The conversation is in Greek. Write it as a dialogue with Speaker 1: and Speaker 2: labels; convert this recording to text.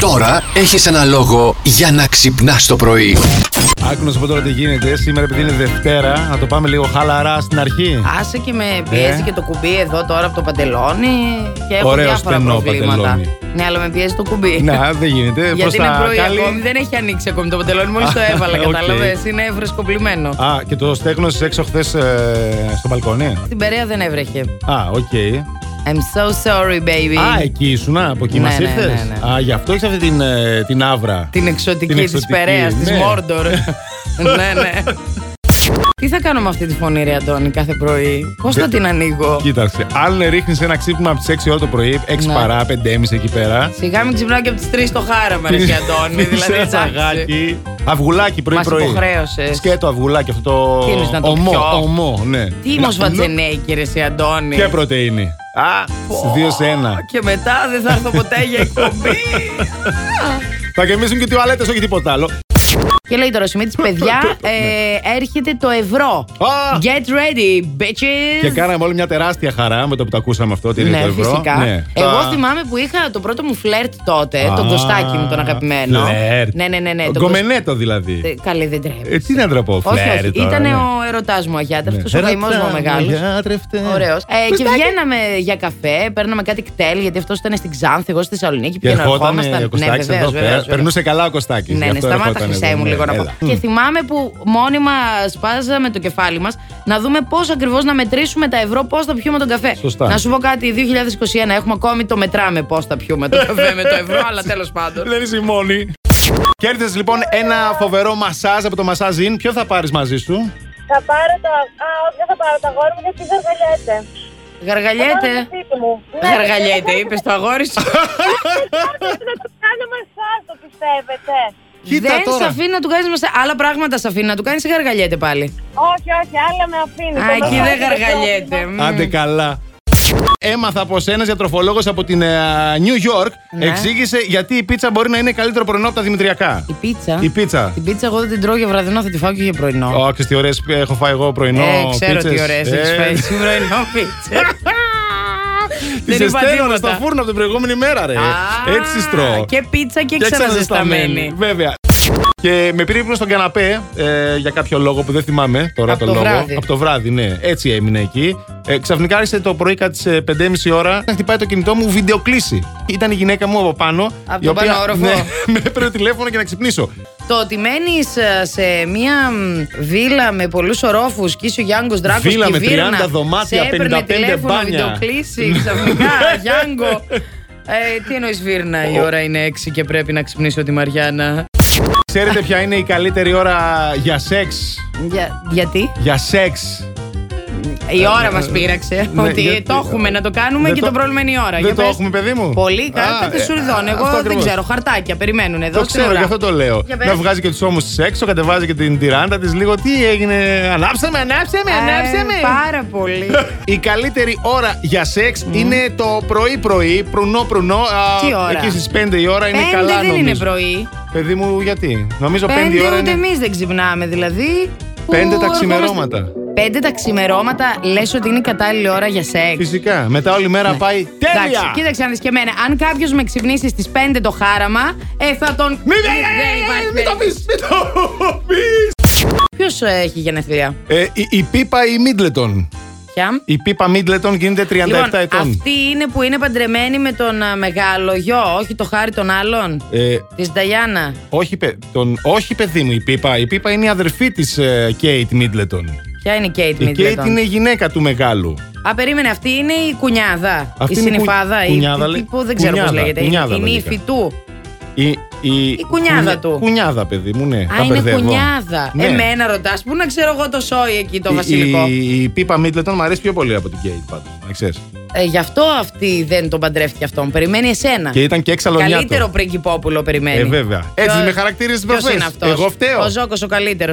Speaker 1: Τώρα έχεις ένα λόγο για να ξυπνάς το πρωί.
Speaker 2: Άκου να σου πω τώρα τι γίνεται. Σήμερα επειδή είναι Δευτέρα, να το πάμε λίγο χαλαρά στην αρχή.
Speaker 3: Άσε και με πιέζει
Speaker 2: Ε.
Speaker 3: και το κουμπί εδώ τώρα από το παντελόνι και έχω
Speaker 2: Ωραίο
Speaker 3: διάφορα
Speaker 2: στενό
Speaker 3: προβλήματα.
Speaker 2: παντελόνι. Ναι,
Speaker 3: Ναι, αλλά με πιέζει το κουμπί.
Speaker 2: Να, δεν γίνεται. Πώς
Speaker 3: Γιατί
Speaker 2: θα
Speaker 3: είναι πρωί
Speaker 2: καλεί.
Speaker 3: ακόμη, δεν έχει ανοίξει ακόμη το παντελόνι, μόλις το έβαλα,
Speaker 2: Οκ.
Speaker 3: κατάλαβες, είναι φρεσκοπλημένο.
Speaker 2: Α, και το στέγνωσε έξω χθες στο μπαλκόνι.
Speaker 3: Στην Περέα δεν έβρεχε.
Speaker 2: Α, οκ.
Speaker 3: I'm so sorry, baby.
Speaker 2: Α, εκεί ήσουν, από εκεί μας
Speaker 3: Ναι, ναι,
Speaker 2: ήρθες.
Speaker 3: ναι, ναι.
Speaker 2: Α, γι' αυτό έχεις αυτή την, ε, την άβρα.
Speaker 3: Την εξωτική
Speaker 2: Την
Speaker 3: της
Speaker 2: εξωτική,
Speaker 3: Περέας, της
Speaker 2: ναι.
Speaker 3: Μόρντορ. ναι, ναι. Τι θα κάνω με αυτή τη φωνή, ρε Αντώνη, κάθε πρωί. Πώς θα
Speaker 2: Δεν-
Speaker 3: την ανοίγω.
Speaker 2: Κοίταξε, αν ρίχνεις ένα ξύπνημα από τις 6 ώρα το πρωί, 6
Speaker 3: Ναι.
Speaker 2: παρά, 5.30 εκεί πέρα.
Speaker 3: Σιγά μην ξυπνάω και από τις 3 το χάραμα, ρε και Αντώνη.
Speaker 2: Πίνεις
Speaker 3: δηλαδή,
Speaker 2: ένα
Speaker 3: εντάξει.
Speaker 2: τσαγάκι. Αυγουλάκι
Speaker 3: Μας
Speaker 2: πρωί-πρωί.
Speaker 3: υποχρέωσες.
Speaker 2: Σκέτο αυγουλάκι αυτό το.
Speaker 3: Τι είναι, να το
Speaker 2: ομό,
Speaker 3: πιω?
Speaker 2: ομό, ναι.
Speaker 3: Τι
Speaker 2: Να-
Speaker 3: είμαι ως βατζενέκη, ρε εσύ, Αντώνη.
Speaker 2: Και πρωτενη. Α, στις δύο σε ένα.
Speaker 3: Και μετά δεν θα έρθω ποτέ για εκπομπή.
Speaker 2: Θα γεμίσουν και τουαλέτες, όχι τίποτα άλλο.
Speaker 3: και λέει τώρα σημείο της παιδιά, ε, έρχεται το ευρώ.
Speaker 2: Α!
Speaker 3: Get ready, bitches.
Speaker 2: Και κάναμε όλη μια τεράστια χαρά με το που το ακούσαμε αυτό. Ότι είναι
Speaker 3: Ε, Ναι,
Speaker 2: το ευρώ.
Speaker 3: φυσικά.
Speaker 2: Ναι.
Speaker 3: Εγώ
Speaker 2: Τα-
Speaker 3: θυμάμαι που είχα το πρώτο μου φλερτ τότε,
Speaker 2: Α,
Speaker 3: τον Κωστάκι μου, τον αγαπημένο.
Speaker 2: Φλερτ.
Speaker 3: Ναι, ναι, ναι. ναι τον
Speaker 2: Γκομενέτο δηλαδή.
Speaker 3: Κωσ- Καλή, δεν
Speaker 2: Ε,
Speaker 3: τρέπει.
Speaker 2: τι να ντραπώ,
Speaker 3: Όχι,
Speaker 2: φλερ.
Speaker 3: όχι.
Speaker 2: τώρα,
Speaker 3: Ήταν
Speaker 2: ναι.
Speaker 3: ο ερωτάς μου αγιάτρευτο, ο
Speaker 2: Ναι.
Speaker 3: καημό μου ο
Speaker 2: Ρατά,
Speaker 3: μεγάλος.
Speaker 2: αγιάτρευτε.
Speaker 3: Ωραίος. Ε, και
Speaker 2: Κωστάκι.
Speaker 3: βγαίναμε για καφέ, παίρναμε κάτι κτέλ, γιατί αυτός ήταν στην Ξάνθη, εγώ στη Θεσσαλονίκη.
Speaker 2: Και
Speaker 3: Πήγαινα,
Speaker 2: ερχόταν
Speaker 3: ερχόμασταν. Ναι,
Speaker 2: ο Κωστάκης
Speaker 3: βεβαίως,
Speaker 2: εδώ
Speaker 3: βεβαίως,
Speaker 2: πέρα.
Speaker 3: βεβαίως.
Speaker 2: Περνούσε καλά ο Κωστάκη.
Speaker 3: Ναι, ναι, σταμάτα χρυσέ μου λίγο να πω. Και θυμάμαι που μόνιμα σπάζαμε το κεφάλι μας να δούμε πώς ακριβώς να μετρήσουμε τα ευρώ, πώς θα πιούμε τον καφέ.
Speaker 2: Σωστά.
Speaker 3: Να σου πω κάτι, 2021 έχουμε ακόμη το μετράμε πώς θα πιούμε το καφέ με το ευρώ, αλλά τέλος πάντων.
Speaker 2: Δεν είσαι η μόνη. Κέρδισε λοιπόν ένα φοβερό μασάζ από το μασάζ in. Ποιο θα πάρεις μαζί σου,
Speaker 4: Θα πάρω το. Α, όχι, δεν θα πάρω το αγόρι μου γιατί γαργαλιέται.
Speaker 3: Γαργαλιέται.
Speaker 4: Ναι,
Speaker 3: Γαργαλιέται, είπες το αγόρι σου.
Speaker 4: Πρέπει να του κάνω μασάζ, το πιστεύετε.
Speaker 2: Κοίτα
Speaker 3: Δεν
Speaker 2: τώρα.
Speaker 3: σε αφήνει να του κάνεις άλλα πράγματα, σε αφήνει να του κάνεις γαργαλιέται πάλι.
Speaker 4: Όχι, όχι, άλλα με αφήνει.
Speaker 3: Α,
Speaker 4: Το
Speaker 3: εκεί δεν
Speaker 4: μασάζ είναι
Speaker 3: γαργαλιέται.
Speaker 4: πρόβλημα.
Speaker 3: Μμμ.
Speaker 2: Άντε καλά. Έμαθα από σένα γιατροφολόγος από την ε, New York.
Speaker 3: Ναι.
Speaker 2: Εξήγησε γιατί η πίτσα μπορεί να είναι καλύτερο πρωινό από τα δημητριακά.
Speaker 3: Η πίτσα.
Speaker 2: Η πίτσα.
Speaker 3: Την πίτσα εγώ δεν την τρώω για βραδινό, θα τη φάω και για πρωινό.
Speaker 2: Ω, ξέρεις τι ωραίες έχω φάει εγώ πρωινό.
Speaker 3: ε, ξέρω τι
Speaker 2: πίτσες.
Speaker 3: ωραίες
Speaker 2: Ε,
Speaker 3: έχει φέρει σου πρωινό πίτσα.
Speaker 2: Τις
Speaker 3: Δεν είπα
Speaker 2: εστέλωνα στο
Speaker 3: τίποτα.
Speaker 2: φούρνο από την προηγούμενη μέρα, ρε.
Speaker 3: Α,
Speaker 2: Έτσι τις τρώω.
Speaker 3: Και πίτσα και, ξαναζεσταμένη.
Speaker 2: Βέβαια. Και με πήρε ύπνο στον καναπέ ε, για κάποιο λόγο που δεν θυμάμαι τώρα
Speaker 3: Απ'
Speaker 2: το,
Speaker 3: το
Speaker 2: λόγο.
Speaker 3: βράδυ.
Speaker 2: Από το βράδυ, ναι. Έτσι έμεινε εκεί. Ε, ξαφνικά άρχισε το πρωί κάτι σε 5,5 ώρα να χτυπάει το κινητό μου βιντεοκλήση. Ήταν η γυναίκα μου από πάνω.
Speaker 3: Απ'
Speaker 2: η
Speaker 3: τον πάνω όροφο.
Speaker 2: Ναι, με έπαιρνε τηλέφωνο για να ξυπνήσω.
Speaker 3: Το ότι μένεις σε μία μ, βίλα με πολλούς ορόφους και είσαι ο Γιάνγκος Δράκος.
Speaker 2: Βίλα με 30
Speaker 3: 30
Speaker 2: δωμάτια, 55 μπάνια.
Speaker 3: βιντεοκλήση ξαφνικά, Γιάνγκο. Ε, τι εννοείς Βίρνα, η ώρα είναι 6 και πρέπει να ξυπνήσω τη Μαριάννα.
Speaker 2: Ξέρετε ποια είναι η καλύτερη ώρα για σεξ.
Speaker 3: Για, γιατί?
Speaker 2: Για σεξ.
Speaker 3: Η ώρα μας πείραξε.
Speaker 2: Ναι,
Speaker 3: ότι
Speaker 2: γιατί-
Speaker 3: το έχουμε να το κάνουμε
Speaker 2: Δεν
Speaker 3: και
Speaker 2: το-
Speaker 3: το πρόβλημα είναι η ώρα. Για
Speaker 2: Δεν το
Speaker 3: πες.
Speaker 2: έχουμε, παιδί μου.
Speaker 3: Πολύ κάτω
Speaker 2: Α,
Speaker 3: τη
Speaker 2: ε,
Speaker 3: σουρδών. Εγώ
Speaker 2: αυτό
Speaker 3: δεν
Speaker 2: ακριβώς.
Speaker 3: ξέρω. Χαρτάκια περιμένουν εδώ.
Speaker 2: Το ξέρω,
Speaker 3: ξενουρά.
Speaker 2: γι' αυτό το λέω.
Speaker 3: Για πες.
Speaker 2: Να βγάζει και τους ώμους της έξω, κατεβάζει και την τυράντα της λίγο. Τι έγινε, ανάψε με, ανάψε με,
Speaker 3: Ε,
Speaker 2: ανάψε με.
Speaker 3: Πάρα πολύ.
Speaker 2: Η καλύτερη ώρα για σεξ είναι το πρωί-πρωί, προυνό-προυνό. α,
Speaker 3: Τι ώρα?
Speaker 2: Εκεί στις 5 η ώρα είναι
Speaker 3: Πέντε
Speaker 2: καλά,
Speaker 3: δεν
Speaker 2: νομίζω.
Speaker 3: είναι πρωί.
Speaker 2: Παιδί μου, γιατί. Νομίζω 5 η
Speaker 3: Πέντε
Speaker 2: ώρα
Speaker 3: ούτε
Speaker 2: είναι.
Speaker 3: εμείς δεν ξυπνάμε, δηλαδή. που
Speaker 2: Πέντε τα
Speaker 3: ερχόμαστε-
Speaker 2: ξημερώματα.
Speaker 3: Πέντε τα ξημερώματα λες ότι είναι η κατάλληλη ώρα για σεξ.
Speaker 2: Φυσικά. Μετά όλη μέρα πάει
Speaker 3: Ναι. Εντάξει,
Speaker 2: τέλεια.
Speaker 3: κοίταξε να δεις και εμένα. Αν κάποιος με ξυπνήσει στις 5 το χάραμα, ε, θα τον.
Speaker 2: Μην
Speaker 3: υπάρχει
Speaker 2: ε, μην το πει, μην το πεις.
Speaker 3: Ποιος ε, έχει γενεθλία.
Speaker 2: η, η πίπα η Μίτλετον.
Speaker 3: Ποια?
Speaker 2: Η πίπα Μίτλετον γίνεται 37
Speaker 3: Λοιπόν,
Speaker 2: ετών.
Speaker 3: αυτή είναι που είναι παντρεμένη με τον α, μεγάλο γιο, όχι το χάρι των άλλων.
Speaker 2: Ε,
Speaker 3: Της Νταγιάννα.
Speaker 2: Όχι, παι- τον, όχι παιδί μου, η Πίπα. Η Πίπα είναι η αδερφή της Κέιτ Μίτλετον.
Speaker 3: Ποια είναι η Κέιτ
Speaker 2: Η Κέιτ
Speaker 3: Μίτλετον?
Speaker 2: είναι η γυναίκα του μεγάλου.
Speaker 3: Α, περίμενε, αυτή είναι η κουνιάδα.
Speaker 2: Αυτή
Speaker 3: η
Speaker 2: είναι η κου-
Speaker 3: συνυφάδα.
Speaker 2: κουνιάδα,
Speaker 3: η,
Speaker 2: λέει.
Speaker 3: που δεν ξέρω πώς
Speaker 2: Κουνιάδα,
Speaker 3: λέγεται.
Speaker 2: κουνιάδα
Speaker 3: η
Speaker 2: λογικά.
Speaker 3: νύφη του.
Speaker 2: Η, η,
Speaker 3: Η κουνιάδα
Speaker 2: κουνι-
Speaker 3: του.
Speaker 2: Κουνιάδα, παιδί μου, ναι.
Speaker 3: Α,
Speaker 2: τα
Speaker 3: είναι
Speaker 2: μπερδεύω.
Speaker 3: κουνιάδα.
Speaker 2: Ναι.
Speaker 3: Εμένα ρωτάς, πού να ξέρω εγώ το σόι εκεί, το
Speaker 2: Η-
Speaker 3: βασιλικό.
Speaker 2: Η, η Πίπα Μίτλετον μου αρέσει πιο πολύ από την Κέιτ πάντως. Να ξέρεις.
Speaker 3: Ε, γι' αυτό αυτή δεν τον παντρεύτηκε αυτόν. Περιμένει εσένα.
Speaker 2: Και ήταν και εξαλονιάτο.
Speaker 3: Καλύτερο πριγκυπόπουλο περιμένει.
Speaker 2: Ε, βέβαια. Έτσι
Speaker 3: Ποιο-
Speaker 2: με χαρακτήριζες τι
Speaker 3: ποιος
Speaker 2: προχθές.
Speaker 3: είναι αυτός?
Speaker 2: Εγώ φταίω.
Speaker 3: Ο Ζόκο ο καλύτερος.